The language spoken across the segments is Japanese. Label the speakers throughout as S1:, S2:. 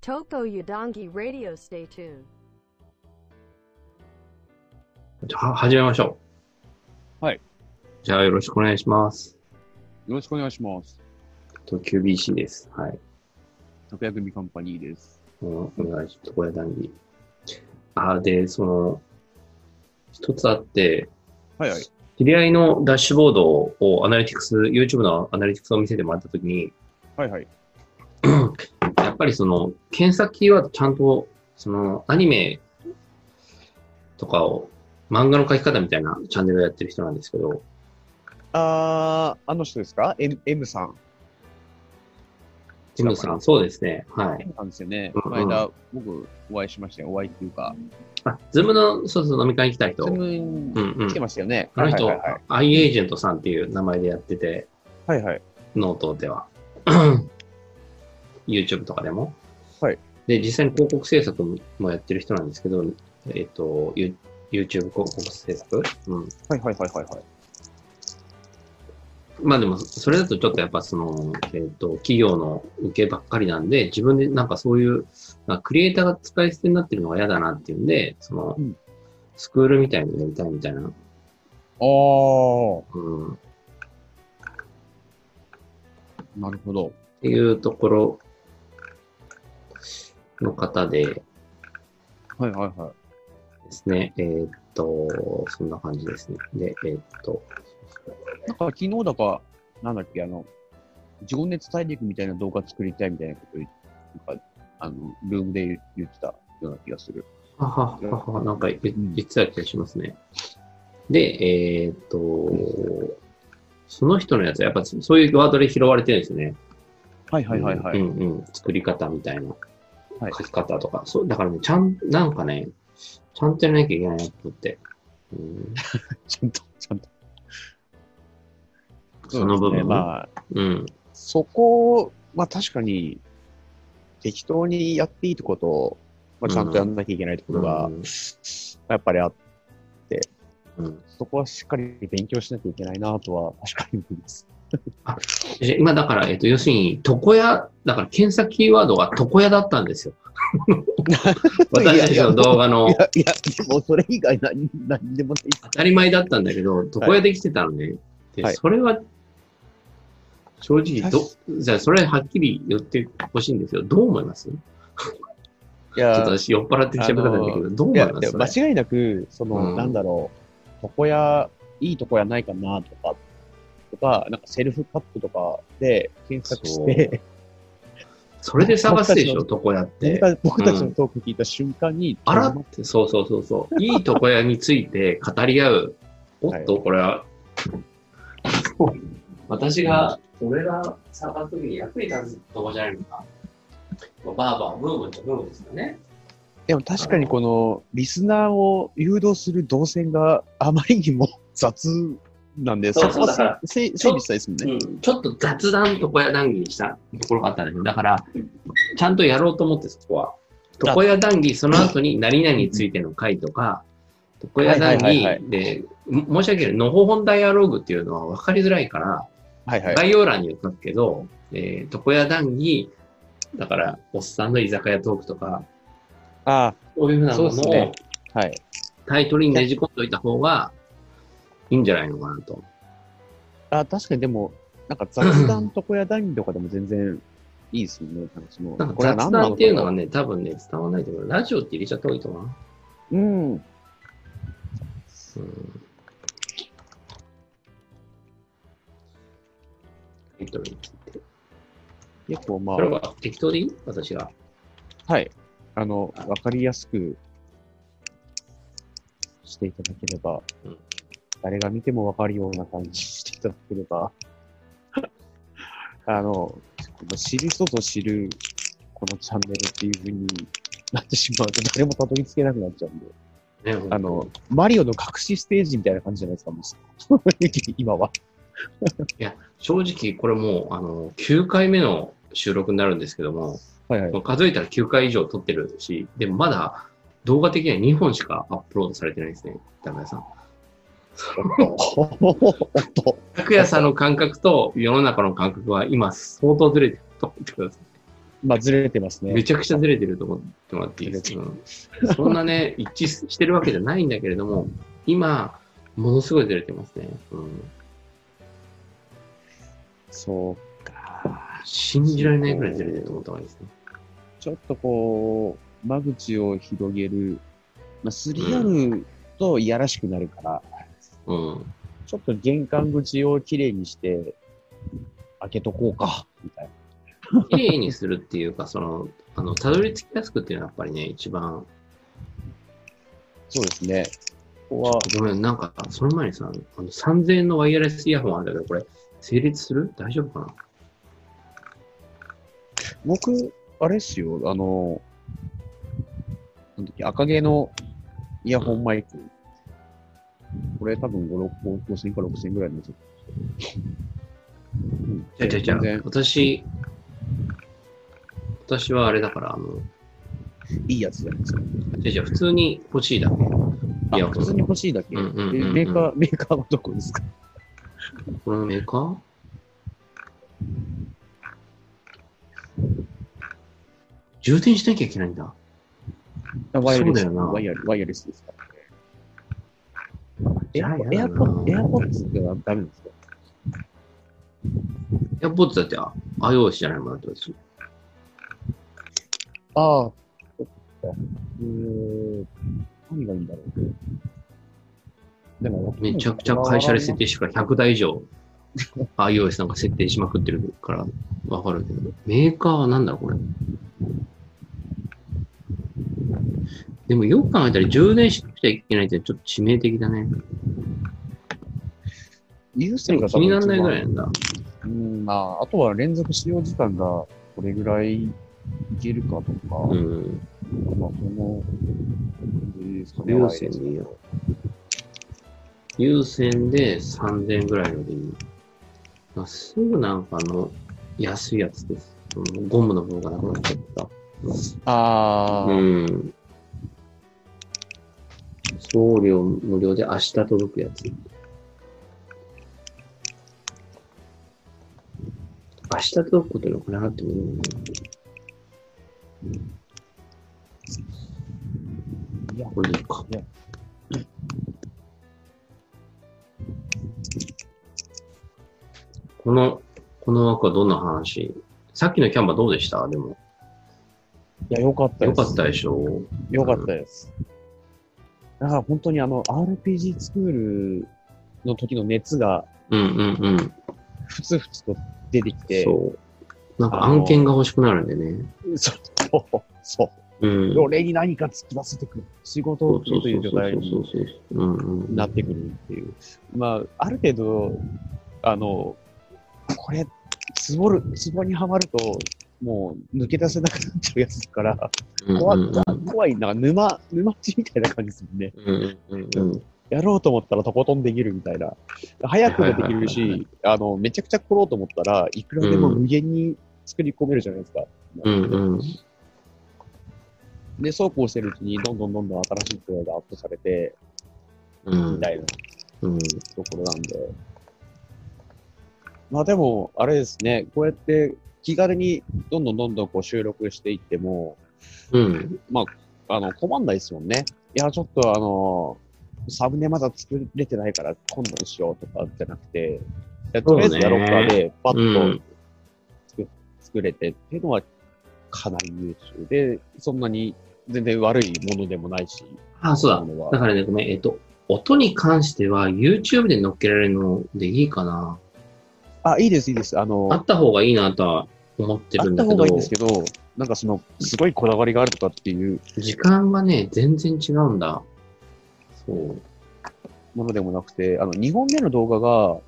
S1: Toko Yudongi Radio Stay tuned.
S2: じゃあ、は始めましょう。
S3: はい。
S2: じゃあ、よろしくお願いします。
S3: よろしくお願いします。
S2: と QBC です。はい。
S3: たこ焼きカンパニーです。
S2: おお願いします。床屋談義。あー、で、その、一つあって、
S3: はいはい。
S2: 知り合いのダッシュボードをアナリティクス、YouTube のアナリティクスを見せてもらったときに、
S3: はいはい。
S2: やっぱりその、検索キーワードちゃんと、その、アニメとかを、漫画の書き方みたいなチャンネルをやってる人なんですけど、
S3: あー、あの人ですか ?M, ?M さん。
S2: ジムさん、そうですね。はい。
S3: M さんですよね。
S2: うん
S3: この間、僕、お会いしましたよ。お会いっていうか、
S2: あ、ズームの、そうそう、飲み会に来た人。
S3: ズ
S2: うん
S3: ーム
S2: うん
S3: 来て。ましたよね。
S2: あの人、
S3: はいは
S2: アイエージェントさんっていう名前でやってて、
S3: いはい。はいはい。
S2: ノートで は。YouTube とかでも。
S3: はい。
S2: で、実際に広告制作もやってる人なんですけど、えっ、と、ユ YouTube 広告制作うん。
S3: はいはいはいはいはい。
S2: まあでも、それだとちょっとやっぱその、えっ、と、企業の受けばっかりなんで、自分でなんかそういう、まあ、クリエイターが使い捨てになってるのが嫌だなっていうんで、その、
S3: うん
S2: スクールみたいにやりたいみたいな
S3: あー、
S2: うん、っ
S3: なるほど。
S2: ていうところの方で
S3: はいはいはい。
S2: ですね、えーっと、そんな感じですね。で、えーっと、
S3: なんか昨日だか、なんだっけ、あの、自分で伝えていくみたいな動画作りたいみたいなこと言ってなんか、あの、ルームで言ってたような気がする。
S2: はははは、なんか言
S3: うん
S2: 言ってた気がしますね。で、えーっと、その人のやつはやっぱそういうワードで拾われてるんですよね。
S3: はいはいはいはい。
S2: うんうん。作り方みたいな。
S3: はい
S2: 書き方とか。そう、だからね、ちゃん、なんかね、ちゃんとやらなきゃいけないなと思って。うん。
S3: ちゃんと、ちゃんと。
S2: その部分
S3: そうですねまあ、
S2: うん。
S3: そこを、まあ確かに、適当にやっていいとこと、まあ、ちゃんとやんなきゃいけないところが、
S2: うん
S3: やっぱりあって、
S2: うん
S3: そこはしっかり勉強しなきゃいけないなとは確かに思います。
S2: え今だから、えっと、要するに、床屋、だから検索キーワードが床屋だったん ですよ。私たちの動画
S3: い
S2: の
S3: や、いや、でもそれ以外何、何でもない
S2: 当たり前だったんだけど、床屋できてたのね。で
S3: はい
S2: それは、正直ど
S3: 確、
S2: じゃあそれはっきり言ってほしいんですよ。どう思いますち
S3: い
S2: ょっ
S3: や
S2: と私酔っ払って喋ったんだけ
S3: あ
S2: ど、どう思
S3: いや
S2: いま
S3: ですも間違いなく、その、
S2: うん
S3: なんだろう、床屋、いい床屋ないかなとか、とか、なんかセルフカップとかで検索して、
S2: それで探すでしょ、床屋っ
S3: 僕
S2: て。
S3: た僕たちのトーク聞いた瞬間に、
S2: あらって、そうそうそうそう。いい床屋について語り合う。おっと、これは。私が、俺が探すときに役に立つとこじゃないのか。バーバー、ブームとブームですよね。
S3: でも確かにこのリスナーを誘導する動線があまりにも雑なんで、
S2: そう
S3: そこは
S2: だから
S3: せ整理したいですもんね。
S2: うん、ちょっと雑談床屋談義にしたところがあったんだけど、だから、ちゃんとやろうと思って、そこは。床屋談義、その後に何々についての回とか、床屋談
S3: はいはいはいは
S2: 義で、も申し訳ない、のほほんダイアローグっていうのは分かりづらいから、
S3: はいはい。
S2: 概要欄に書くけど、えー、床屋談義、だから、おっさんの居酒屋トークとか、
S3: あ
S2: そういうふうなも
S3: そうっ
S2: の
S3: す
S2: を
S3: ねあ、はい。
S2: タイトルにねじ込んでおいた方がいいんじゃないのかなと。
S3: あ確かにでも、なんか雑談と小屋談義とかでも全然いいですもんね。なんかその
S2: なん
S3: こ
S2: か
S3: れは
S2: 雑
S3: 何な
S2: 談っていうの
S3: か
S2: は
S3: な
S2: ね、多分ね、伝わらないと思う。ラジオって入れちゃった方がいいと思うな。
S3: うん。
S2: うんタイトルについて。
S3: 結構ま
S2: これ
S3: あ、
S2: は適当でいい私が。
S3: はい。あの、わかりやすくしていただければ、
S2: うん
S3: 誰が見てもわかるような感じにしていただければ、 あの、この知る人ぞ知る、このチャンネルっていう風になってしまうと、誰もたどり着けなくなっちゃうんで、
S2: ね、
S3: あの、マリオの隠しステージみたいな感じじゃないですか、もう。 今は。
S2: 正直、これもう、あの、9回目の収録になるんですけども、
S3: はいはい。
S2: 数えたら9回以上撮ってるし、でもまだ動画的には2本しかアップロードされてないですね、田村さん。
S3: おっとおっと。
S2: 拓也さんの感覚と世の中の感覚は今相当ずれてると思ってください。
S3: まあ、ずれてますね
S2: め。ちゃくちゃずれてると思ってもらっていいですか、うんそんなね、一致してるわけじゃないんだけれども、今、ものすごいずれてますね。うん、
S3: そう。
S2: 信じられないぐらいずれてると思った方がいいですね。
S3: ちょっとこう、間口を広げる。まあ、3R といやらしくなるから、
S2: うん。
S3: ちょっと玄関口をきれいにして、開けとこうか、みたいな。
S2: 綺麗にするっていうか、その、あの、たどり着きやすくっていうのはやっぱりね、一番、
S3: そうですね。ここは、
S2: ごめん、なんか、その前にさ、あの3000円のワイヤレスイヤホンあるんだけど、これ、成立する大丈夫かな
S3: 僕、あれっすよ、あの、なんだっけ、赤毛のイヤホンマイク。これ多分5、6、5000から6000ぐらいのやつ。うん
S2: じゃじゃじゃ
S3: 全然
S2: 私、私はあれだから、あの、
S3: いいやつじゃないですか。
S2: じゃじゃ普通に欲しいだけ。
S3: あ
S2: イヤホン
S3: 普通に欲しいだけ。
S2: うんうんうんうん
S3: えメーカー、メーカーはどこですか
S2: このメーカー充電しなきゃいけないんだ。
S3: ワイヤレ
S2: そう
S3: ス。
S2: だよな
S3: ワイヤレワイヤレスですかエ
S2: じゃ
S3: ア
S2: あや
S3: エ
S2: だ
S3: ア
S2: な
S3: ポエアポッツってのはダメなんですか
S2: AirPods だってあ iOS じゃないもんだってことです
S3: ああ、そっか。うーん、何がいいんだろう。でも、
S2: めちゃくちゃ会社で設定してるから100台以上 iOS なんか設定しまくってるからわかるけど。メーカーはなんだろうこれ。でもよく考えたら充電しなくちゃいけないってちょっと致命的だね。
S3: 優先が多
S2: 気
S3: 分
S2: にならないぐらいなんだ。
S3: うん、まあ、あとは連続使用時間がこれぐらいいけるかとか、
S2: うん。
S3: まあ、その、
S2: 有線でいいよ。有線で3000円ぐらいのでいい。まあ、すぐなんかあの、安いやつです。うんゴムの部分がなくなっちゃった。
S3: ああ、
S2: うん。送料無料で明日届くやつ。明日届くことにお金払ってもいいのか
S3: いや
S2: な、これでいいか。この、この枠はどんな話さっきのキャンバどうでしたでも。
S3: いや、よかった
S2: よ
S3: です。
S2: かったでしょ
S3: よかったです。だから本当にあの、RPG スクールの時の熱が、
S2: うんうんうん。
S3: ふつふつと出てきて、
S2: そう。なんか案件が欲しくなるんでね。
S3: そう、そう、そうう、
S2: ん。
S3: 俺に何か突き出せてくる。仕事をという状態に
S2: そうそうそう。うんうん。
S3: なってくるっていう。まあ、ある程度、あの、これ、ツボる、ツボにはまると、もう抜け出せなくなっちゃうやつだから、
S2: うん
S3: 怖
S2: うん
S3: い、怖い、なんか沼、沼地みたいな感じですもんね。
S2: うんうんうん。
S3: やろうと思ったらとことんできるみたいな。早くもできる
S2: はいはいはい
S3: し、あの、めちゃくちゃ来ろうと思ったらいくらでも無限に作り込めるじゃないですか。
S2: うんうん。
S3: で、そうこうしてるうちに、どんどんどんどん新しいプレイがアップされて、
S2: うん
S3: みたいな。
S2: うん。
S3: ところなんで。まあでも、あれですね、こうやって気軽にどんどんどんどんこう収録していっても、
S2: うん。
S3: あの、困んないですもんね。いや、ちょっとあの、サムネまだ作れてないから今度にしようとかじゃなくて、いやとりあえずやろうかで、パ
S2: う
S3: ッと
S2: ん
S3: 作,、作れてっていうのはかなり優秀で、そんなに全然悪いものでもないし。
S2: あ、そうだ。
S3: のは
S2: だからね、ごめん。えっと、音に関しては YouTube で乗っけられるのでいいかな。
S3: あ、いいです、いいです。あの、
S2: あった方がいいなとは思って
S3: あ
S2: る
S3: っ
S2: んだ
S3: た
S2: け
S3: 方
S2: ど
S3: がいいん、ですけど、なんかその、すごいこだわりがあるとかっていう
S2: 時間がね、全然違うんだ。そう。
S3: ものでもなくて、あの、2本目の動画が、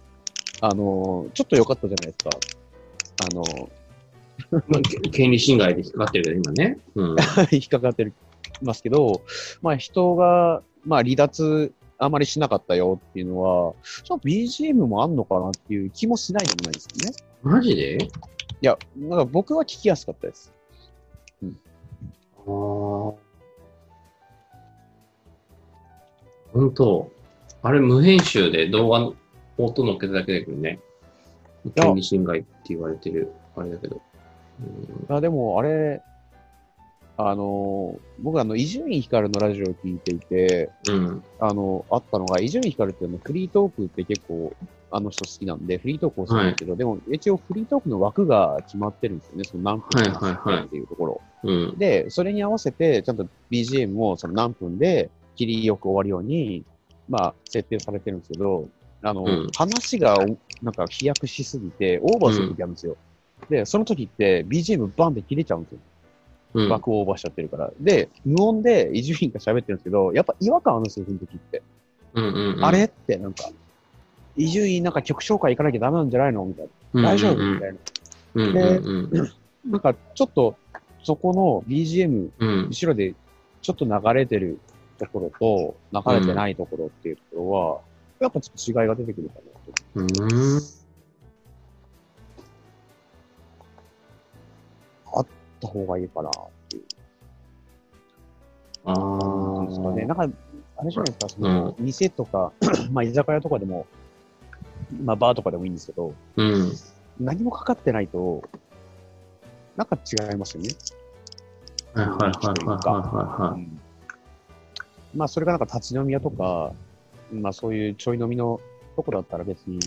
S3: あの、ちょっと良かったじゃないですか。あの、
S2: まあ、け権利侵害で引っかかってるけど、今ね。うん。
S3: 引っかかってますけど、まあ人が、まあ離脱あまりしなかったよっていうのは、ちょっと BGM もあんのかなっていう気もしないでもないですよね。
S2: マジで
S3: いや、なんか僕は聞きやすかったです。
S2: ああ。本当。あれ、無編集で動画の音乗っけただけだけどね。権利侵害って言われてる、あれだけど。うん
S3: あ、でも、あれ、あの、僕、あの、伊集院光のラジオを聞いていて、
S2: うん。
S3: あの、あったのが、伊集院光ってあのフリートークって結構、あの人好きなんで、フリートークをするんですけど、でも、一応フリートークの枠が決まってるんですよね、その何分
S2: はいはいはい
S3: っていうところ。
S2: うん。
S3: で、それに合わせて、ちゃんと BGM をその何分で切りよく終わるように、まあ、設定されてるんですけど、あの、
S2: うん
S3: 話がお、なんか飛躍しすぎて、オーバーする時あるんですよ。で、その時って BGM バンって切れちゃうんですよ。
S2: うん。
S3: 爆をオーバーしちゃってるから。で、無音で伊集院が喋ってるんですけど、やっぱ違和感あるんですよ、その時って。
S2: うんうんうん
S3: あれって、なんか、伊集院なんか曲紹介行かなきゃダメなんじゃないのみたい
S2: うんうんうん
S3: な。大丈夫みたいな。
S2: うんうんうん
S3: なんか、ちょっと、そこの BGM
S2: うん。
S3: 後ろでちょっと流れてるところと、流れてないところっていうところは、やっぱちょっと違いが出てくるかなと。
S2: うん。
S3: あった方がいいかなっていう
S2: あ
S3: 感じですかね。
S2: ー。
S3: なんか、あれじゃないですか、その、店とか、まあ居酒屋とかでも、まあバーとかでもいいんですけど、
S2: うん。
S3: 何もかかってないと、なんか違いますよね。
S2: はいはいはいはいはいは
S3: うんまあそれがなんか立ち飲み屋とか、まあそういうちょい飲みのとこだったら別に、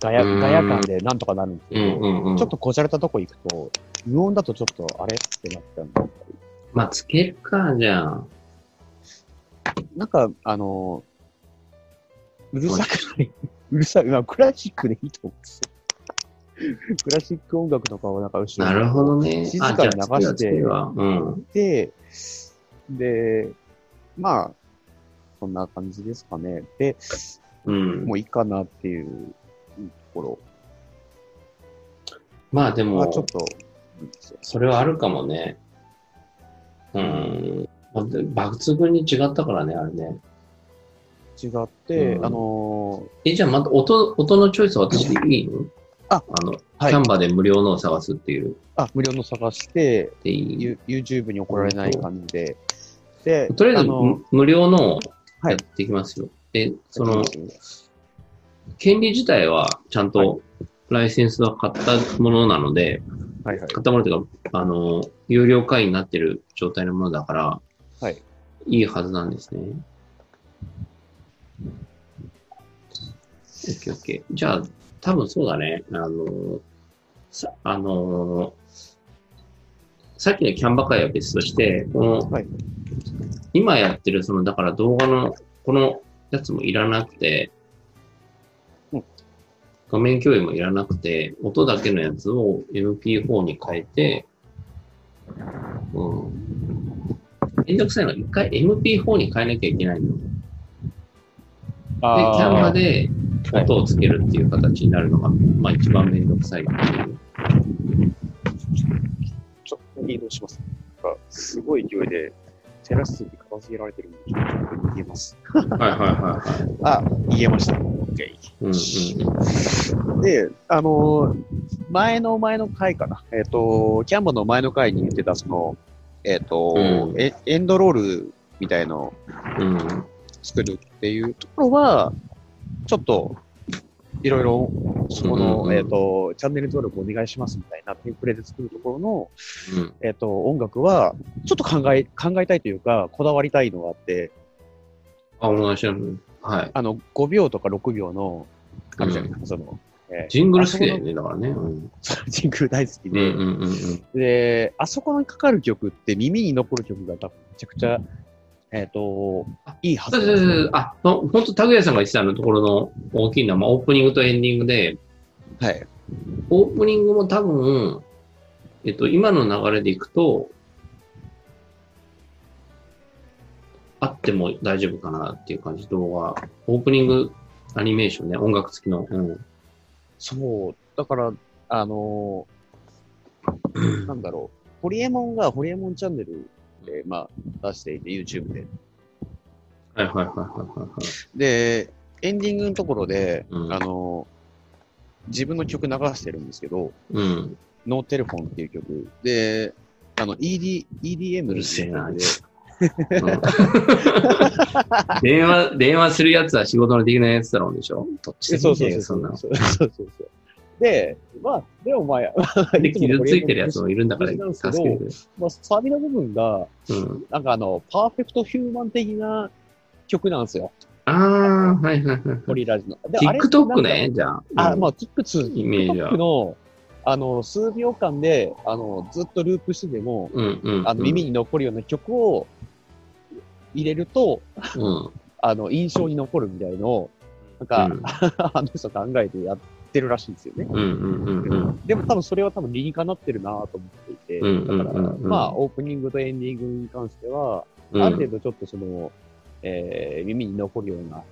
S3: ガヤ、
S2: うん
S3: ガヤ感でなんとかなるんですけ
S2: い。う
S3: ど、
S2: んうんうん。
S3: ちょっとこじゃれたとこ行くと、無音だとちょっとあれってなっちゃうんだやっぱり
S2: まあ、つけるか、じゃあ。
S3: なんか、あのーうるさくない、うるさい、まあ、クラシックでいいと思うんですよ。クラシック音楽とかをなんか後ろ
S2: なるほどね。
S3: 静
S2: あ
S3: かに
S2: じゃあ
S3: 流して
S2: つけるわつけるわうん。
S3: で、で、まあ、そんな感じですかね。で、
S2: うん
S3: も。ういいかなっていうところ
S2: まあで
S3: がちょっ
S2: も、
S3: と、
S2: それはあるかもね。うん。まあで抜群に違ったからね、あれね。
S3: 違って、
S2: うん
S3: あの
S2: え、じゃあまた音、音のチョイスは私でいいの
S3: あ、
S2: あの、
S3: はい
S2: キャンバで無料のを探すっていう、
S3: ーあ、無料の探して、
S2: でいい。
S3: ユ YouTube に怒られない感じで、で、
S2: とりあえず、
S3: の
S2: む無料のを
S3: はい
S2: やっていきますよ。で、そ
S3: や
S2: の
S3: っ、てみます
S2: 権利自体はちゃん
S3: はい
S2: とライセンスは買ったものなので、
S3: はいはい。
S2: 買ったものというか、あの、有料会員になってる状態のものだから、
S3: はい。
S2: いいはずなんですね。オッケーオッケー。じゃあ、多分そうだね。あの、さ、あの、さっきのキャンバ会は別として、この、
S3: はい
S2: 今やってる、その、だから動画の、このやつもいらなくて、
S3: うん
S2: 画面共有もいらなくて、音だけのやつを MP4 に変えて、うん。めんどくさいの、一回 MP4 に変えなきゃいけないの。で、キ
S3: あー
S2: ャンバで音をつけるっていう形になるのが、まあ一番めんどくさいっていう。
S3: ちょっと移動します。なんかすごい勢いで、テラスに片付けられてるんで、ちょっと逃げます。
S2: はいはいはいはい。
S3: あ、逃げました。OK。
S2: うんうん
S3: で、あのー前の前の回かな。えっ、と、キャンバの前の回に言ってた、その、えっ、と、
S2: うん
S3: えエンドロールみたいのを
S2: うん。うん。
S3: 作るっていうところは、ちょっと、いろいろ、そこの、
S2: うんうんうん
S3: えっ、と、チャンネル登録お願いしますみたいなテンプレで作るところの、
S2: うん。
S3: えっ、と、音楽は、ちょっと考え、考えたいというか、こだわりたいのがあって、
S2: あ、お願いします。はい。
S3: あの、5秒とか6秒の、あるじゃないですか、その、えー
S2: ジングル好きだよね、だからね。うん。
S3: ジングル大好き
S2: うんう
S3: で、
S2: んうんうん。
S3: で、あそこにかかる曲って耳に残る曲が多分めちゃくちゃ、えっ、と、いいはず
S2: そう
S3: なん
S2: そう
S3: です
S2: そ
S3: よ
S2: う。あ、ほんほんと、タグヤさんが言ってたあのところの大きいのは、まあ、オープニングとエンディングで、
S3: はい。
S2: オープニングも多分、えっと、今の流れでいくと、あっても大丈夫かなっていう感じ、動画。オープニングアニメーションね、音楽付きの。うん。
S3: そう。だから、あのーなんだろう。ホリエモンがホリエモンチャンネルで、まあ、出していて、YouTube で。
S2: はいはいはいはいはいはい。
S3: で、エンディングのところで、
S2: うん
S3: あのー自分の曲流してるんですけど、
S2: うん。
S3: ノーテレフォンっていう曲。で、あの、ED、EDM
S2: うるせえな、あ
S3: で
S2: いつ。うん電話、電話するやつは仕事のできないやつだろうでしょどっちで
S3: そ
S2: も
S3: う
S2: いいん
S3: そ
S2: だ
S3: う
S2: よ
S3: そ
S2: そ
S3: う。
S2: んなの。
S3: そうそうそう。で、まあ、でもまあ、
S2: で、傷ついてるやつも
S3: い
S2: いるんだから、
S3: 無事
S2: 助
S3: なんですけ
S2: け
S3: ど
S2: てくれ。
S3: つも。まあ、サビの部分が、
S2: うん。
S3: なんかあの、パーフェクトヒューマン的な曲なんですよ。
S2: ああ、はいはいはい。
S3: ゴリラジの。であれ
S2: TikTok ね、じゃあ。
S3: あ、ま
S2: あ、
S3: あ、ティックツー、
S2: イメージは
S3: TikTok の、あの、数秒間で、あの、ずっとループしてでも、
S2: うんうん。
S3: あの、耳に残るような曲を入れると、
S2: うん。
S3: あの、印象に残るみたいのを、なん
S2: うん
S3: か、あの人考えてやってるらしいんですよね。
S2: うんうんうんうん。
S3: でも多分それは多分理にかなってるなぁと思っていて、
S2: うんうんうん
S3: だか
S2: う
S3: ら、
S2: ん
S3: まあ、オープニングとエンディングに関しては、
S2: うん
S3: ある程度ちょっとその、えー、耳に残るような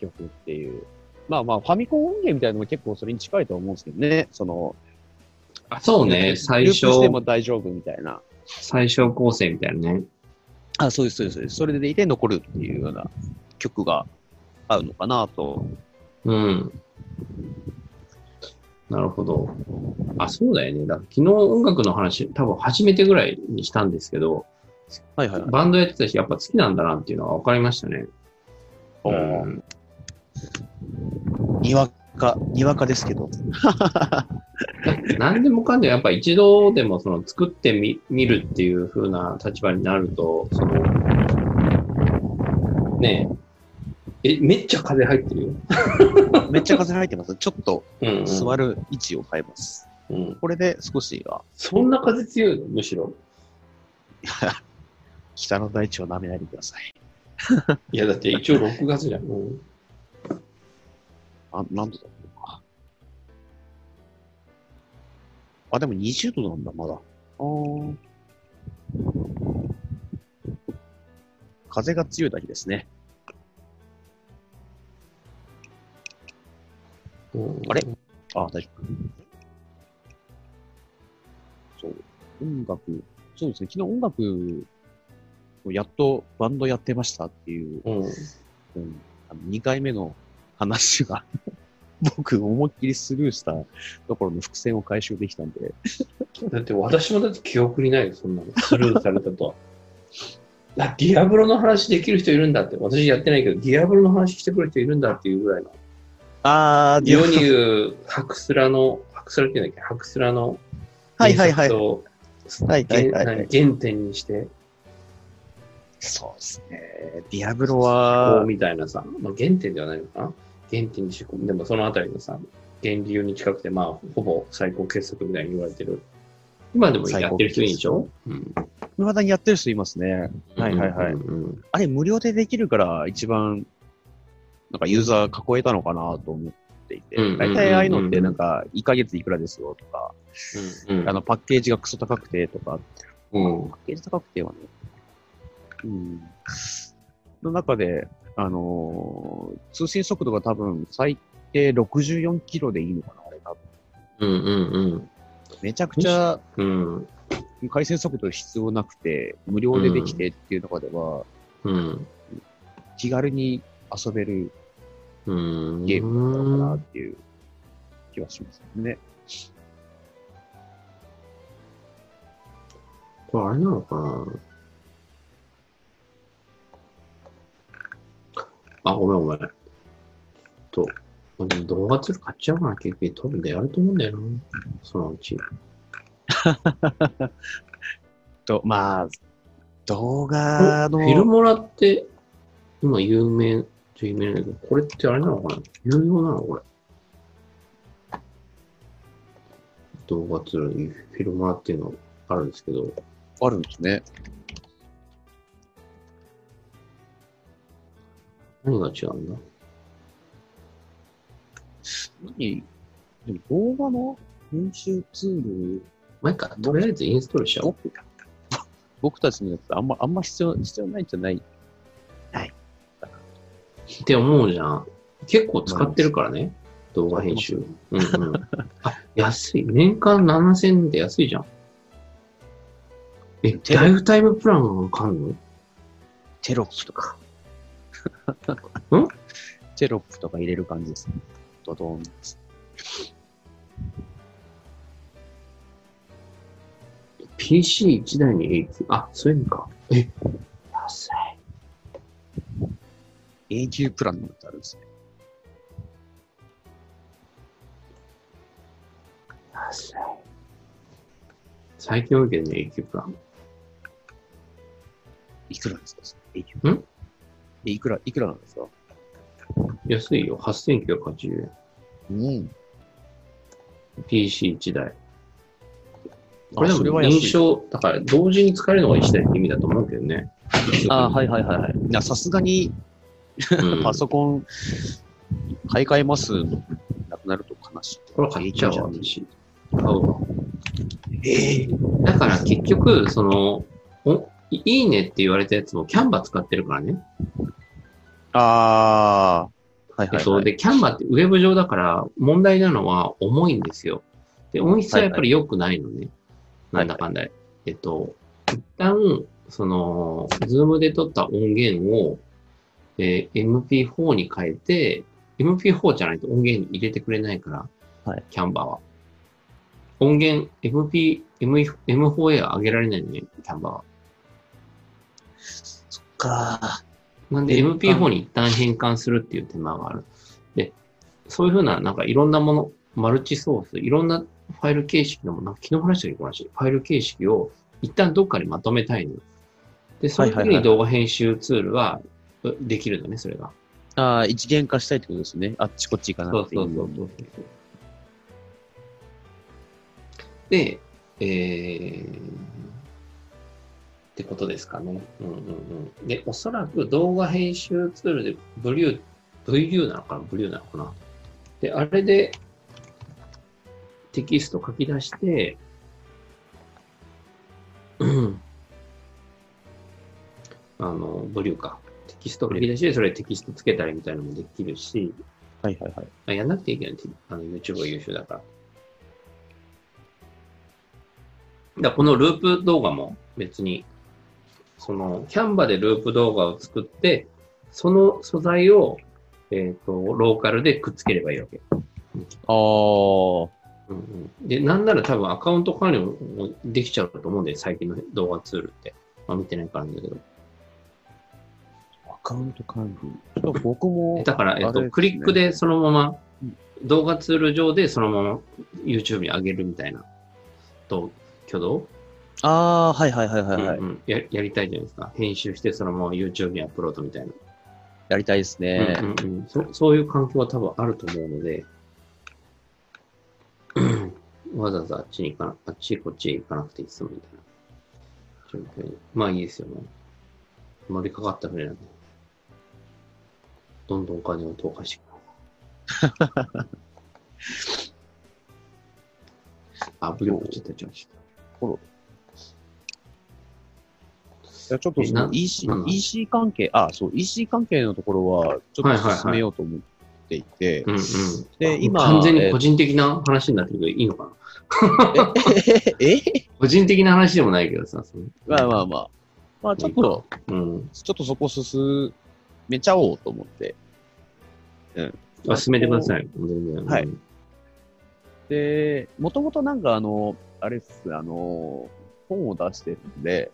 S3: 曲っていう。まあまあ、ファミコン音源みたいなのも結構それに近いとは思うんですけどね。その、
S2: あそうね、最
S3: ループ
S2: 初、
S3: しても大丈夫みたいな。
S2: 最小構成みたいなね。
S3: あ、そうです、そうですそうです。それでいて残るっていうような曲が合うのかなと。
S2: うん。なるほど。あ、そうだよね。だから昨日音楽の話、多分初めてぐらいにしたんですけど、
S3: はいはいはい。
S2: バンドやってたし、やっぱ好きなんだなっていうのは分かりましたね。
S3: おーにわか、にわかですけど。
S2: 何でもかんでもやっぱ一度でもその作ってみ見るっていう風な立場になると、その、ねえ、え、めっちゃ風入ってるよ。
S3: めっちゃ風入ってます。ちょっと
S2: うん、うん。
S3: 座る位置を変えます。
S2: うん。
S3: これで少しは、
S2: そんな風強いのむしろ。
S3: 北の大地を舐めないでください。
S2: いや、だって一応6月 じゃん。うん
S3: あ、何度だろうなあ、でも20度なんだ、まだ。あー風が強いだけですね。
S2: うん
S3: あれあー、大丈夫。そう。音楽、そうですね。昨日音楽をやっとバンドやってましたっていう
S2: うん。
S3: うん、あの2回目の話が 僕思いっきりスルーしたところの伏線を回収できたんで、
S2: だって私もだって記憶にないよ、そんなの。スルーされたとは。 あ、ディアブロの話できる人いるんだって。私やってないけど、ディアブロの話してくる人いるんだっていうぐらいの。
S3: あ
S2: 世に言う、白スラの、白スラって言うんだっけ白スラの
S3: はいはいは
S2: 原
S3: い
S2: 作を
S3: はいはいはいはい
S2: 原原点にして、
S3: そうですね。ディアブロ
S2: こ
S3: は
S2: う、みたいなさ、まあ、原点ではないのかな原点にしてこう、でもそのあたりのさ、源流に近くて、まあ、ほぼ最高傑作みたいに言われてる。今でもやってる人いいんでしょうん。
S3: 未だにやってる人いますね。はいはいはい
S2: うんうんうん
S3: あれ無料でできるから一番、なんかユーザー囲えたのかなと思っていて
S2: うんうんうんう、ん
S3: 大体ああいうのってなんか1ヶ月いくらですよとか、
S2: うんうん
S3: あのパッケージがクソ高くてとか
S2: うん。
S3: パッケージ高くてはね、うん。の中で、あのー通信速度が多分最低64キロでいいのかな、あれ多
S2: う
S3: 分。
S2: んうん
S3: めちゃくちゃ
S2: うん。うん。
S3: 回線速度必要なくて、無料でできてっていう中では、
S2: うん。
S3: 気軽に遊べる
S2: うん。
S3: ゲームなのかなっていう気はしますね。
S2: これあれなのかなあ、ごめんごめん。と、でも動画ツール買っちゃうかな、結局。多分でやると思うんだよな。そのうち。
S3: と、まあ、動
S2: フ
S3: 画の、
S2: ィルモラって、今有名、ちょ有名だけど、これってあれなのかな有料なのこれ。動画ツールにフィルモラっていうのあるんですけど、
S3: あるんですね。
S2: 何が違うんだ
S3: 何でも動画の編集ツール
S2: まあ、いいか、とりあえずインストールしちゃおう。
S3: 僕僕たちのやつあんま、あんま必要、必要ないんじゃない
S2: って思うじゃん。結構使ってるからね、動画編集。うんうん。あ、安い。年間7000円で安いじゃん。え、
S3: テロ
S2: ライフタイムプランがかんの
S3: テロップとか。
S2: ん
S3: テロップとか入れる感じですね。ドドーン。
S2: ?PC1 台に A 級。あ、そういうのか。え、安い。
S3: 永久プランなんてあるんですね。
S2: 最近多いけどね、永久プラン。
S3: いくらですか永久
S2: ん
S3: えいくら、いくらなんですか
S2: 安いよ、8980円。
S3: うん。
S2: PC1 台。こ
S3: あ
S2: れで
S3: それ
S2: も
S3: は安い
S2: 印象、だから同時に使えるのが1台って意味だと思うけど ね。
S3: あーはいはいはいはい。いや、さすがに
S2: うん
S3: パソコン買い替えます。なくなると悲しい。
S2: これ買っちゃうわ、
S3: 永久じ
S2: 私。買うわ。ええだから結局、その、おいいいねって言われたやつもキャンバ使ってるからね。
S3: ゃんああ。はいはい、
S2: えっと、
S3: はい。
S2: で、キャンバってウェブ上だから問題なのは重いんですよ。で、音質はやっぱり良くないのね。
S3: はいはい
S2: なんだかんだ。えっと、一旦、その、ズームで撮った音源を、えー MP4 に変えて、MP4 じゃないと音源に入れてくれないから、
S3: はい
S2: キャンバは。音源、MP、M、M4A は上げられないのね、キャンバは。
S3: そっか
S2: なんで
S3: で
S2: MP4 に一旦変換するっていう手間がある。で、そういうふうな、なんかいろんなもの、マルチソース、いろんなファイル形式のもの、なんか昨日話したけど、この話ファイル形式を一旦どっかにまとめたいのよ。で、その
S3: は
S2: 時
S3: いはいは
S2: に
S3: い
S2: 動画編集ツールはうできるのね、それが。
S3: ー。ああ、一元化したいってことですね。あっちこっち行か
S2: そ
S3: な
S2: う
S3: くてい
S2: そ
S3: い。
S2: うそうそうそう。で、えー、ってことですかね。うんうんうん。で、おそらく動画編集ツールで、ブリュー、VU なのかなブリューなのかなで、あれでテキスト書き出して、うんあの、ブリューか。テキスト書き出して、それテキストつけたりみたいなのもできるし、
S3: はいはいはい。
S2: あやんなくていいけどね、あの YouTube が優秀だから。だからこのループ動画も別に、その、キャンバでループ動画を作って、その素材を、えっ、と、ローカルでくっつければいいわけ。
S3: ああ。
S2: うんうん、で、なんなら多分アカウント管理もできちゃうと思うんで、最近の動画ツールって。まあ見てないからなんだけど。
S3: アカウント管理。そう僕も。
S2: だから、えっ
S3: あれです
S2: と、
S3: ね
S2: クリックでそのまま
S3: うん、
S2: 動画ツール上でそのまま YouTube に上げるみたいな、と、挙動、
S3: ああ、はいはいはいはい、はい
S2: うんうんややりたいじゃないですか。編集してそのまま YouTube にアップロードみたいな。
S3: やりたいですね。
S2: うんうんうんそそういう環境は多分あると思うので、わざわざあっちに行かな、あっちこっち行かなくていいつもみたいな状況に。まあいいですよね。乗りかかった船なんで。どんどんお金を投下 していく。あ、ブリこっち行ったちゃうし。
S3: いやちょっとそ
S2: えな
S3: の EC
S2: なんな、の
S3: EC 関係、あ、そう、EC 関係のところは、ちょっと進めようと思っていて
S2: うん、うん。
S3: で、今、
S2: 完全に個人的な話になってるけど、いいのかな
S3: え え
S2: 個人的な話でもないけどさ。その
S3: まあまあまあ。まあちょっと、
S2: うん。
S3: ちょっとそこ進めちゃおうと思って。
S2: あ進めてください。全然
S3: はい。で、もともとなんかあの、あれっす、あの、本を出してるんで、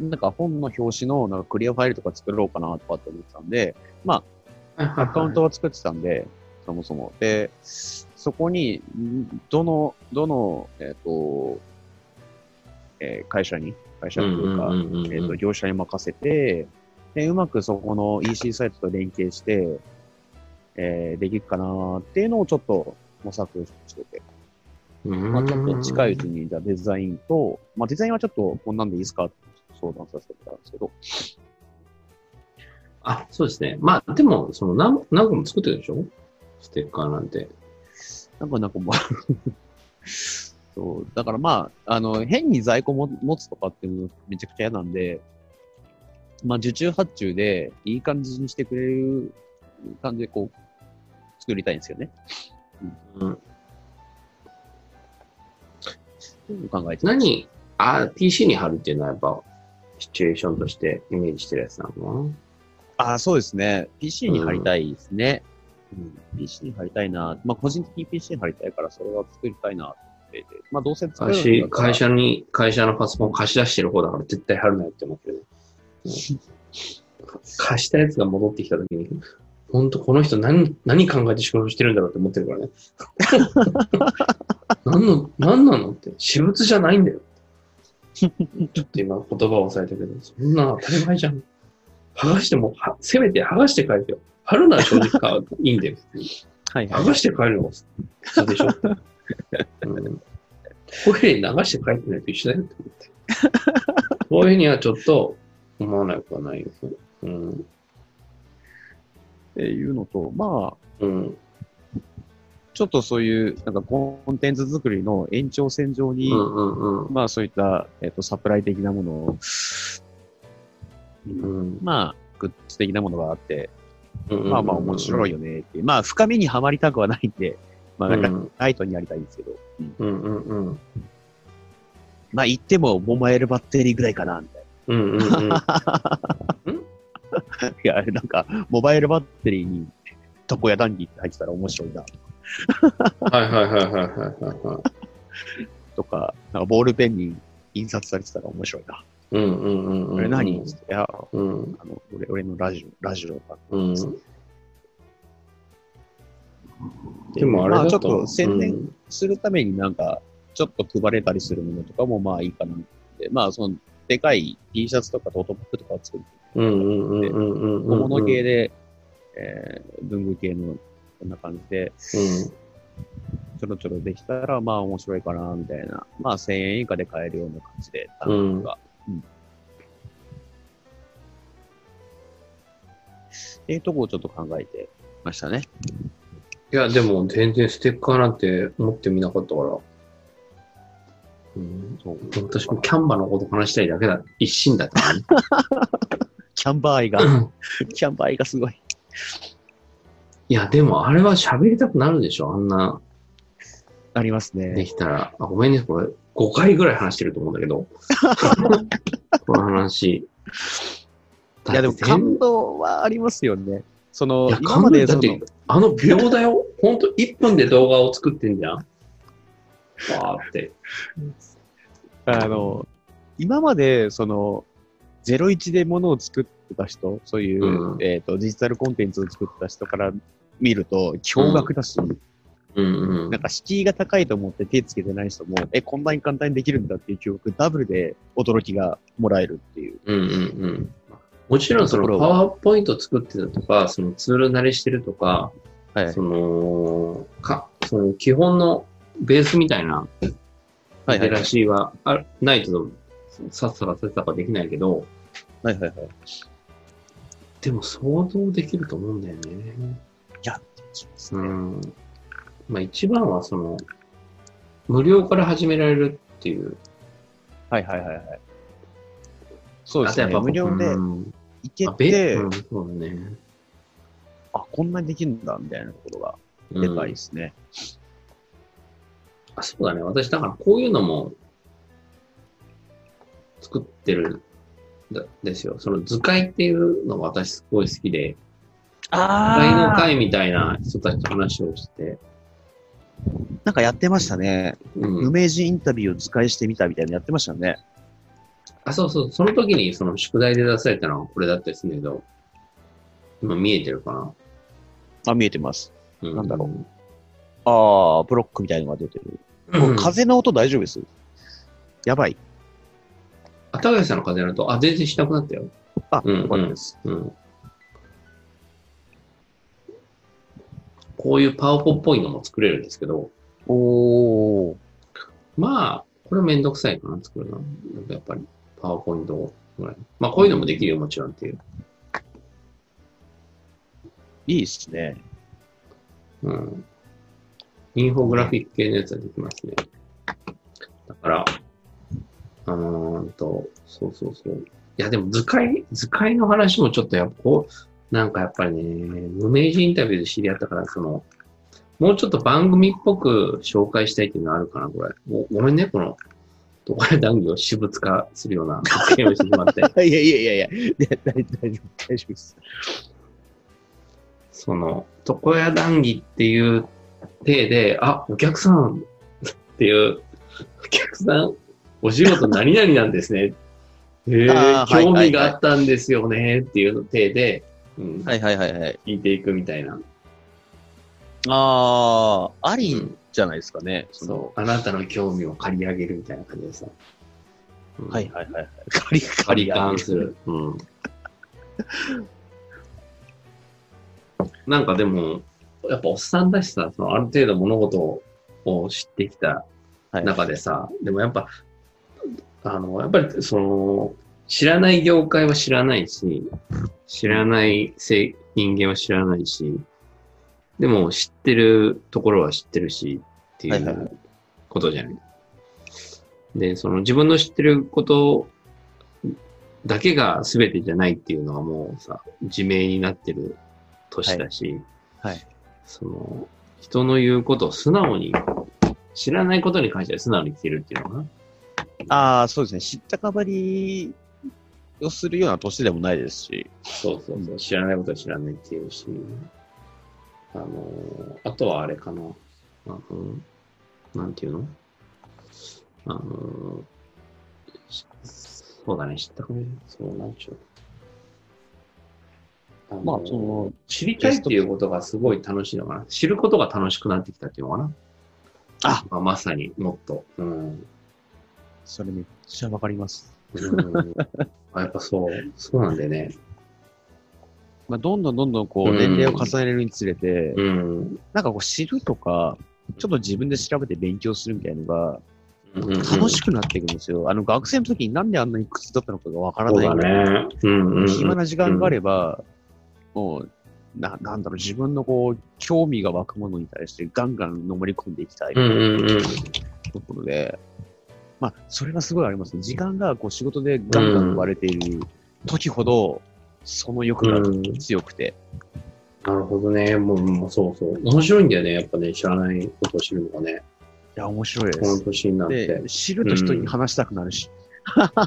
S3: なんか本の表紙のなんかクリアファイルとか作ろうかなとかって思ってたんで、
S2: ア
S3: アカウントは作ってたんで、そもそも。で、そこに、んどの、どの、えっ、と、えー会社に、会社というか、えっ、と、業者に任せて、で、うまくそこの EC サイトと連携して、えーできるかなーっていうのをちょっと模索してて、まあ、ちょっと近いうちに、じゃあデザインと、まあ、デザインはちょっとこんなんでいいですかって相談させてもらったんですけど、
S2: あ、そうですね。まあ、でも、その何、何個も作ってるでしょステッカーなんて。
S3: なんか、なんかもう そう、だからまあ、あの、変に在庫も持つとかっていうのめちゃくちゃ嫌なんで、まあ、受注発注でいい感じにしてくれる感じでこう、作りたいんですよね。
S2: うん、
S3: 考えてます。
S2: 何、あ、PC に貼るっていうのはやっぱ、シチュエーションとしてイメージしてるやつなのか
S3: ああ、そうですね。PC に貼りたいですね。うん、PC に貼りたいな。まあ、個人的に PC に貼りたいから、それは作りたいなと思っていて。まあ、どうせ作
S2: な
S3: るんだ
S2: 私、
S3: ったら
S2: 会社に、会社のパソコン貸し出してる方だから絶対貼るなよって思ってるね。うん貸したやつが戻ってきたときに、ほんとこの人何、何考えて仕事してるんだろうって思ってるからね。 何の、何なのって、私物じゃないんだよ。ちょっと今言葉を押さえたけど、そんなの当たり前じゃん。剥がしても、はせめて剥がして帰るよ。貼るなら正直か、いいんだよ。
S3: はいは
S2: 剥
S3: い。
S2: がして帰るのも普通で しょ。うんトイレに流して帰ってないと一緒だよって思って。そういうにはちょっと思わなくはないよ。うん。
S3: っていうのと、まあ、
S2: うん。
S3: ちょっとそういう、なんかコンテンツ作りの延長線上
S2: う
S3: に、
S2: んうん
S3: まあそういった、えっとサプライ的なものを、
S2: うん。うん。
S3: まあ、グッズ的なものがあって、
S2: うん
S3: まあまあ面白い。よねっていう。まあ深みにはまりたくはないんで、まあ
S2: う
S3: なん
S2: んう
S3: か
S2: ん
S3: ライトにやりたいんですけど、
S2: うんうん。
S3: まあ言ってもモバイルバッテリーぐらいかな、みたい
S2: うんうん うん。
S3: な。いや、あれなんか、モバイルバッテリーに床屋談義って入ってたら面白いな、
S2: はいはいはいはいはいはいはい。
S3: とか、なんかボールペンに印刷されてたら面白いな。
S2: うんうんうんうん。
S3: これ何、いや、
S2: うん
S3: あの、俺、俺のラジオ、ラジオが
S2: うん。でもあれ
S3: ま
S2: だ
S3: あちょ
S2: と、
S3: っと宣伝
S2: うん
S3: するためになんか、ちょっと配れたりするものとかもまあいいかなって。まあその、でかい T シャツとかトートバッグとかを作る。
S2: うんうんうんうんうんうん。
S3: 小物系で、えー、文具系の、こんな感じで、ちょろちょろできたら、まあ面白いかな、みたいな。まあ1000円以下で買えるような感じで、
S2: う
S3: 単
S2: ん。
S3: 価うんっていうとこをちょっと考えてましたね。
S2: いや、でも全然ステッカーなんて持ってみなかったから。うん、
S3: そう
S2: 私もキャンバのこと話したいだけだ。一心だからね。
S3: キャンバ ー愛が、キャンバー愛がすごい。
S2: いや、でもあれは喋りたくなるでしょあんな、
S3: あります
S2: で
S3: ね。
S2: きたら。あごめんね、これ、5回ぐらい話してると思うんだけ ど。この話。
S3: いや、でも
S2: だって全
S3: 感動はありますよね。その
S2: いや、
S3: 今までそ
S2: 感動だ
S3: の
S2: って、あの秒だよ。ほんと1分で動画を作ってんじゃん。 わーって。
S3: あの、今まで、その、01でものを作ってた人、そういう、
S2: うん
S3: えっ、と、デジタルコンテンツを作ってた人から見ると、驚愕だし、
S2: うんうん
S3: なん。か敷居が高いと思って手つけてない人も、え、こんなに簡単にできるんだっていう記憶、ダブルで驚きがもらえるっていう。
S2: うんうんうん。もちろんそのパワーポイント作ってたとか、そのツール慣れしてるとか、
S3: は
S2: その、か、その基本のベースみたいな、
S3: はいはい
S2: リテラシーはあるないと、さっさかさっさかできないけど、
S3: はいはいはい。
S2: でも想像できると思うんだよね。
S3: します
S2: う
S3: ね。
S2: ん。まあ一番はその、無料から始められるっていう。
S3: はいはいはいはい。そうで
S2: あと
S3: す
S2: やっ
S3: ね。
S2: ぱ
S3: 無料で
S2: うん
S3: 行け
S2: あ
S3: て、
S2: べうん、そうだね。
S3: あ、こんなにできるんだ、みたいなところが、
S2: うん
S3: でかいですね。
S2: あそうだね。私、だからこういうのも作ってるんだですよ。その図解っていうのが私すごい好きで、図解の
S3: ああ
S2: 会みたいな人たちと話をして、
S3: なんかやってましたね。
S2: う
S3: 無
S2: ん、
S3: 名人インタビューを図解してみたみたいなのやってましたよね。
S2: あ、そうそう、その時にその宿題で出されたのはこれだったですねけど、今見えてるかな。
S3: あ、見えてます。
S2: う
S3: なんだろああ、ブロックみたいのが出てる。
S2: うん
S3: もう風の音大丈夫です。やばい。
S2: あ、高橋さんの風邪のと、あ、全然しなくなったよ。
S3: あ、
S2: うん
S3: よかったです。
S2: うん。こういうパワポっぽいのも作れるんですけど、
S3: おー。
S2: まあ、これめんどくさいかな、作るの。なんかやっぱり、パワーポイントぐらい。まあ、こういうのもできるよ、もちろんっていう。
S3: いいですね。
S2: うん。インフォグラフィック系のやつはできますね。だから、うーんと、そうそうそう。いや、でも図解、図解の話もちょっとやっぱこう、なんかやっぱりね、無名人インタビューで知り合ったから、その、もうちょっと番組っぽく紹介したいっていうのはあるかな、これ。ごごめんね、この、どこで談義を私物化するような発言をしてしまって。
S3: いやいやいやいやいや、大大丈夫、大丈夫です。
S2: その、床屋談義っていう体で、あ、お客さんっていう、お客さん、お仕事何々なんですね。えー、
S3: あーはい
S2: 興味があったんですよねっていう体で、うん、
S3: はいはいはいはい。
S2: 聞いていくみたいな。
S3: ああ、あ
S2: う
S3: り
S2: ん
S3: じゃないですかね。その
S2: そう、あなたの興味を借り上げるみたいな感じでさ。うん
S3: はいはいはい。カリカ
S2: 仮ターンする。うん。なんかでも、やっぱおっさんだしさ、そのある程度物事を知ってきた
S3: はい。
S2: 中でさ、でもやっぱ、あの、やっぱりその、知らない業界は知らないし、知らないせ人間は知らないし、でも知ってるところは知ってるしってい
S3: はいはいは
S2: うことじゃない。で、その自分の知ってることだけが全てじゃないっていうのはもうさ、自明になってる年だし、
S3: はいはい
S2: その、人の言うことを素直に知らないことに関しては素直に聞けるっていうのかな。
S3: ああ、そうですね。知ったかばりをするような年でもないですし。
S2: そうそうそう。知らないことは知らないっていうし、あのー、あとはあれかな。あのー、なんていうのあのー、しそうだね、知ったかね。そう、なんちゅうの。のー
S3: まあ、そ、の、
S2: 知りたいっていうことがすごい楽しいのかな。知ることが楽しくなってきたっていうのかな。
S3: あ
S2: まあ、まさにもっと。うん。
S3: それめっちゃわかります。
S2: うん、あやっぱそう、そうなんだよね。
S3: まあ、どんどんどんどんこう、
S2: うん
S3: 年齢を重ねるにつれて、
S2: うん。
S3: なんかこう、知るとか、ちょっと自分で調べて勉強するみたいなのが、楽
S2: 楽
S3: しくなっていくんですよ。あの、学生の時になんであんなに苦痛だったのかがわから
S2: そう
S3: ない
S2: だ
S3: ぐらい。
S2: ね。うんうんうん。
S3: 暇な時間があれば、もう、な、なんだろう、自分のこう、興味が若者に対してガンガンのめり込んでいきたい。
S2: うんうんうん。
S3: ところで、まあ、それがすごいありますね。時間がこう仕事でガンガン割れている時ほど、その欲が
S2: うん
S3: 強くて。
S2: なるほどね。もう、もうそうそう。面白いんだよね。やっぱね、知らないことを知るのがね。
S3: いや、面白いで
S2: この
S3: す。
S2: 年になって
S3: で、。知ると人に話したくなるし、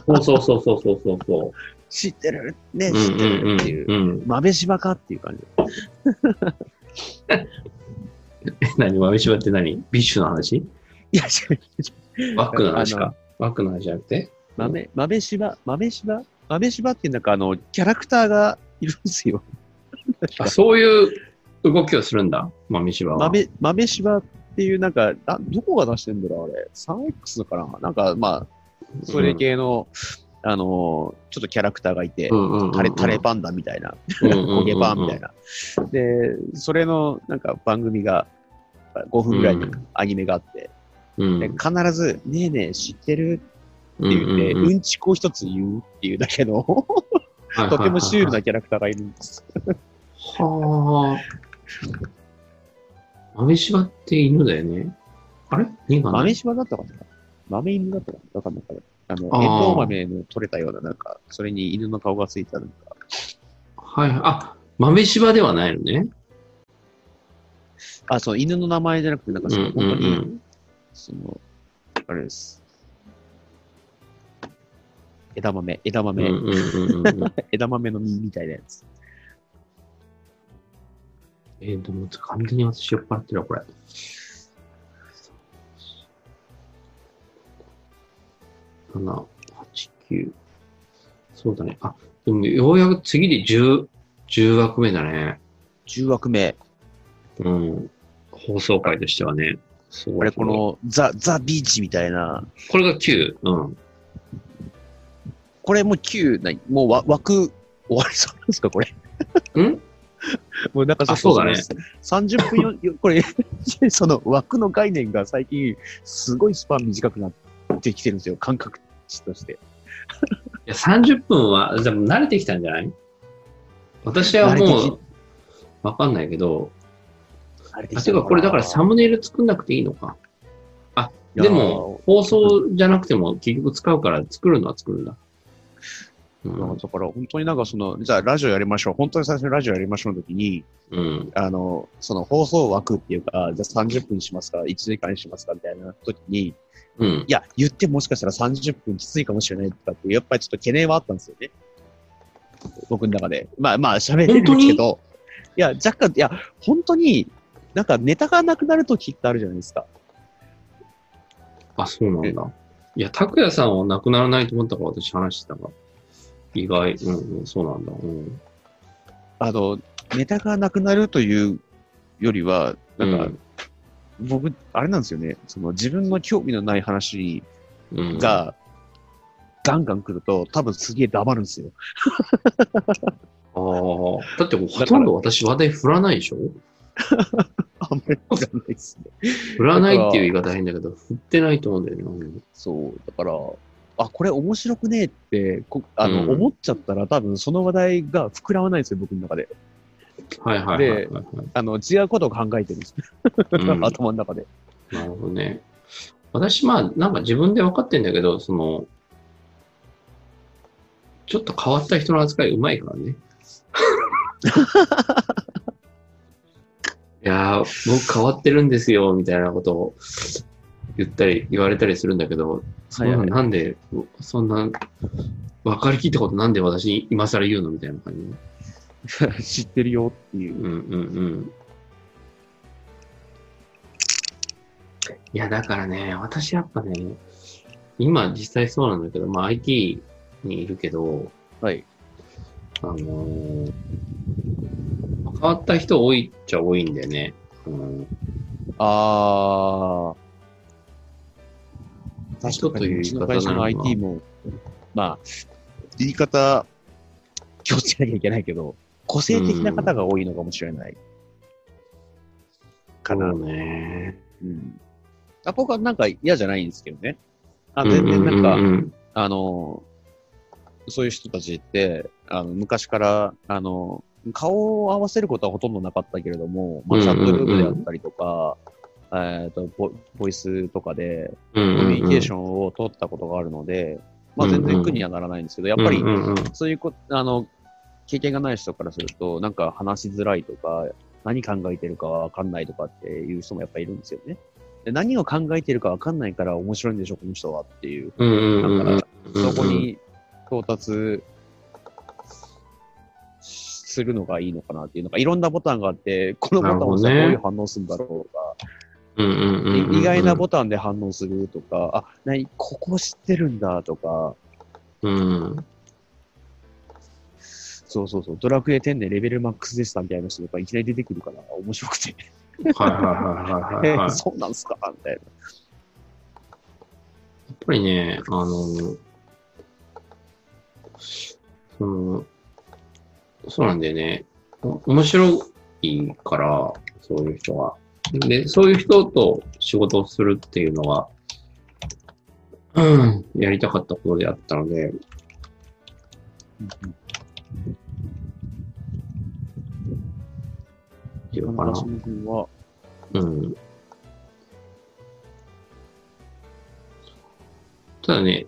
S2: そうそうそうそうそうそうそう。
S3: 知ってるね、
S2: うん
S3: 知ってるっていう。
S2: うんうんうん。
S3: 豆柴かっていう感じ。
S2: え何豆柴って何ビッシュの話
S3: いや、違う。
S2: バックの話か。バックの話じゃなくて
S3: 豆、豆柴、豆柴、豆柴ってなんかあの、キャラクターがいるんですよ。
S2: あ、そういう動きをするんだ。豆柴は。
S3: 豆、豆柴っていうなんか、あ、どこが出してんだろうあれ。3X のかななんか、まあ、それ系の、あのーちょっとキャラクターがいて、
S2: うん、うんうんうん、
S3: タレタレパンダみたいな、
S2: うんうんうんうん
S3: 焦げパンみたいな。で、それのなんか番組が5分ぐらいのアニメがあって、
S2: うん。
S3: で必ず、ねえねえ、知ってる
S2: うん
S3: って言って、うん
S2: うんうん
S3: ちこを一つ言うっていうだけの、とてもシュールなキャラクターがいるんです。
S2: はあ。豆柴って犬だよね。あれ犬かな
S3: 豆島だったかな豆犬だったかなわかんないから。あの、
S2: あー
S3: エンドウ豆の取れたような、なんか、それに犬の顔がついたなんか、
S2: はいはい。あ、豆柴ではないのね。
S3: あ、そう、犬の名前じゃなくて、なんか
S2: う
S3: そ
S2: んう
S3: の、
S2: ん
S3: 本当に、
S2: うん。
S3: その、あれです。枝豆、枝
S2: う
S3: 豆、
S2: んうんうんうん うん。
S3: 枝豆の実みたいなやつ。
S2: えー、でも完全に私酔っ払ってるわ、これ。7、8、9。そうだね。あ、でもようやく次で10、10枠目だね。
S3: 10枠目。
S2: うん。放送回としてはね。すごい
S3: あれ、こ、の、ザ、ザ・ビーチみたいな。
S2: これが9。うん。
S3: これもう9、なにもうわ枠終わりそうなんですか、これ。
S2: ん
S3: もうなんか
S2: あそうだね
S3: 30分よ よ、これ、その枠の概念が最近、すごいスパン短くなってきてるんですよ、感覚値として。
S2: いや、30分は、でも慣れてきたんじゃない私は
S3: 慣れ
S2: も
S3: て
S2: う、わかんないけど、
S3: あれ
S2: あ、てかこれだからサムネイル作んなくていいのか。あ、
S3: いやー
S2: でも、放送じゃなくても結局使うから作るのは作るんだ。う
S3: だ
S2: ん。
S3: から本当になんかその、じゃあラジオやりましょう。本当に最初にラジオやりましょうの時に、
S2: うん。
S3: あの、その放送枠っていうか、あじゃあ30分にしますか、1時間にしますかみたいな時に、い
S2: うん。
S3: や、言ってもしかしたら30分きついかもしれないとかっていう、やっぱりちょっと懸念はあったんですよね。僕の中で。まあまあ喋れるんですけど、いや、若干、いや、本当に、なんかネタがなくなる時ってあるじゃないですか。
S2: あ、そうなんだ。いや、拓也さんは亡くならないと思ったから私話してたから。意外。うん、うん、そうなんだ。うん。
S3: あの、ネタがなくなるというよりは、なんか、僕、あれなんですよね。その自分の興味のない話
S2: うん、うん、
S3: が、ガンガン来ると、多分すげえ黙るんですよ。
S2: ああ。だってほとんど私話題振らないでしょ
S3: あんまりわかんないですね。
S2: 振らないっていう言い方変だけど、振ってないと思うんだよね。
S3: そう、だから、あ、これ面白くねえって、こあの、
S2: うん
S3: 思っちゃったら多分その話題が膨らまないんですよ、僕の中で。
S2: はいはいはいはい、はい。
S3: あの、違うことを考えてるんです。
S2: うん
S3: 頭の中で。
S2: なるほどね。私、まあ、なんか自分で分かってんだけど、その、ちょっと変わった人の扱いうまいから ね。いやー、僕変わってるんですよ、みたいなことを言ったり、言われたりするんだけど、そんな、
S3: はいはい
S2: なんで、そんな、分かりきったことなんで私に今更言うのみたいな感じ。
S3: 知ってるよっていう
S2: う。んうんうん。いや、だからね、私やっぱね、今実際そうなんだけど、まあ IT にいるけど、
S3: はい。
S2: あのー変わった人多いっちゃ多いんだよね。うん、
S3: あー。
S2: 人という言
S3: う
S2: い
S3: ち
S2: 方なの
S3: の会社の
S2: か
S3: IT も、まあ、言い方、気をつけなきゃいけないけど、個性的な方が多いのかもしれない。かな。
S2: そうね。
S3: うん。あ僕はなんか嫌じゃないんですけどね。あ全然なんか、
S2: ううん
S3: あの、そういう人たちって、あの、昔から、あの、顔を合わせることはほとんどなかったけれども、まあ、
S2: うん
S3: チ
S2: うんう
S3: ャ
S2: ん
S3: ットルームであったりとか、えっとボ、ボイスとかで、
S2: うん
S3: コ
S2: うんうん
S3: ミュニケーションを取ったことがあるので、まあ、全然苦にはならないんですけど、やっぱり
S2: う、んうん
S3: そういうこ、あの、経験がない人からすると、なんか話しづらいとか、何考えてるかわかんないとかっていう人もやっぱいるんですよね。で何を考えてるかわかんないから面白いんでしょ、この人はっていう。
S2: うんうんうんうん
S3: だから、
S2: うん
S3: そこに到達するのがいいのかなっていうのが、いろんなボタンがあって、このボタンを押したら
S2: な
S3: どうい
S2: る
S3: う反応するんだろうとか、
S2: うんうんうんうんうん
S3: 意外なボタンで反応するとか、あ、なに、ここ知ってるんだとか、
S2: うん
S3: そうそうそう、ドラクエ10でレベルマックスでしたみたいな人とかいきなり出てくるから、面白くて、
S2: はいはいはいはいはい、はい。
S3: そうなんすかみたいな。
S2: やっぱりね、あの、その、そうなんだよね。お面白いから、そういう人は。で、そういう人と仕事をするっていうのは、うん、やりたかったことであったので、いい
S3: こ
S2: のか
S3: の
S2: な
S3: 話の君は、
S2: うん。ただね、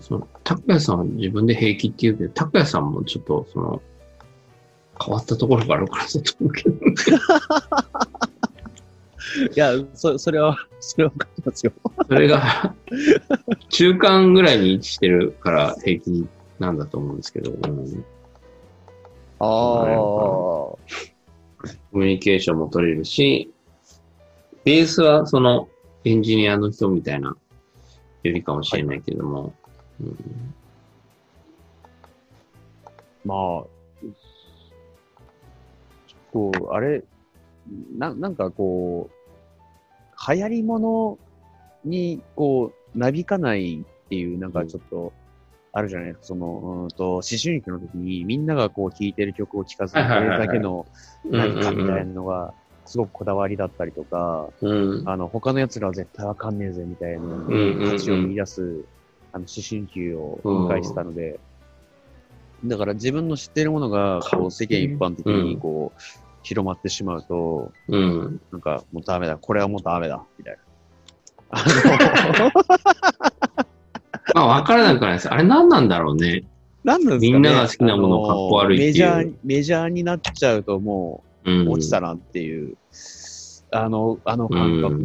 S2: その、拓也さんは自分で平気って言うけど、拓也さんもちょっと、その、変わったところがあるからちょっと思うけど、
S3: いや、そそれは、それは分かってますよ。
S2: それ が、中間ぐらいに位置してるから平気なんだと思うんですけど、うんあ
S3: あ。
S2: コミュニケーションも取れるし、ベースはそのエンジニアの人みたいなよりかもしれないけども、うん
S3: まあ、こう、あれ、な、なんかこう、流行り物に、こう、なびかないっていう、なんかちょっと、あるじゃないですか、その、うーんと、思春期の時に、みんながこう、聴いてる曲を聴かずに、
S2: はい
S3: こ
S2: はいはい
S3: れ
S2: はい
S3: だけの
S2: うん
S3: 何かみたいなのが、すごくこだわりだったりとか、
S2: うん
S3: あの、他の奴らは絶対わかんねえぜ、みたいな
S2: うんうん
S3: 価値を見出す、あの、思春期を迎えてたので、だから自分の知っているものが、こう、世間一般的に、こう、広まってしまうと、
S2: うん。
S3: なんか、もうダメだ、これはもうダメだ、みたいな。あの、
S2: まあ、わからなくはないです。あれ何なんだろうね。
S3: なんなんです
S2: み
S3: かね
S2: んなが好きなものをかっこ悪いっていう
S3: あのメジャー、メジャーになっちゃうと、も
S2: うん。
S3: う、落ちたなっていう、あの、あの感覚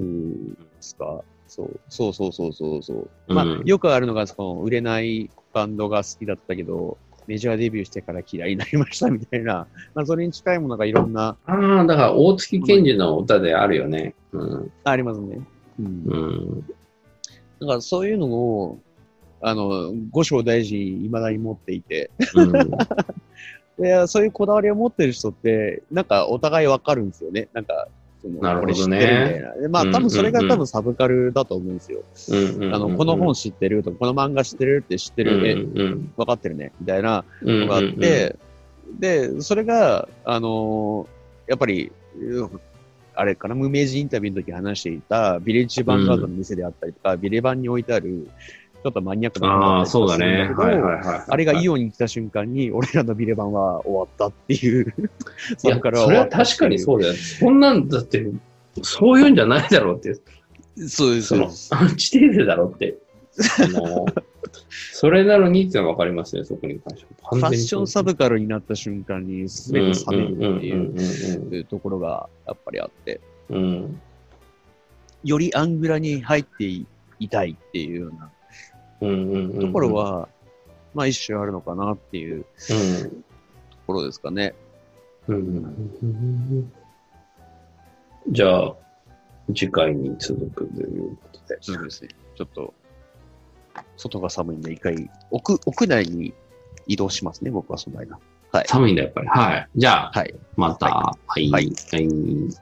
S3: ですか。そうそうそうそうそうそう。
S2: うん
S3: まあ、よくあるのが、その、売れないバンドが好きだったけど、メジャーデビューしてから嫌いになりましたみたいな、 まあ、それに近いものがいろんな、
S2: ああ、だから大月健二の歌であるよね。うん。
S3: ありますね。うん。だ
S2: うん。
S3: から、そういうのを、あの、五章大臣、未だに持っていて、
S2: うん、
S3: でそういうこだわりを持ってる人って、なんか、お互いわかるんですよね。なんか、その
S2: なるほどね
S3: これ知ってるみたいな。でまあ、多分それが
S2: うんうんうん
S3: 多分サブカルだと思うんですよ。
S2: うんうん
S3: あの、この本知ってるとか、この漫画知ってるって知ってる、ね、
S2: うんうん
S3: 分かってるね、みたいな
S2: うん
S3: のがあって、で、それが、あのーやっぱり、うんあれかな、無名人インタビューの時話していた、ビレッジヴァンガードの店であったりとか、ビレバンに置いてある、ちょっとマニアックなもの
S2: あ
S3: だ
S2: あ、
S3: ったりと
S2: そう
S3: か
S2: だ
S3: するん
S2: ね。
S3: けど
S2: はいはいはい。
S3: あれがイ
S2: よ。
S3: オンに来た瞬間に、俺らのビレバンは終わったっていう。
S2: いや、それは確かにそうだよ。そんなんだって、そういうんじゃないだろうって。
S3: う。そうです。
S2: そ
S3: そう
S2: の
S3: で、す
S2: アンチテーゼだろって。もう、それなのにってのはわかりますね、そこに関しては。
S3: ファッションサ
S2: ブ
S3: ブカルになった瞬間に、すべて冷めるっていういうところがやっぱりあって、
S2: うんうんうん
S3: よりアングラに入っていたいっていうような
S2: うんうんうん。
S3: ところは、まあ一種あるのかなっていう
S2: うん、
S3: ところですかね。
S2: うんうん。じゃあ、次回に続くということで。
S3: そうですね。ちょっと、外が寒いんで一回、屋、屋内に移動しますね、僕はその間。
S2: 寒いんだ、やっぱり。はい。じゃあ、
S3: はい。
S2: また。はい。
S3: はい
S2: はい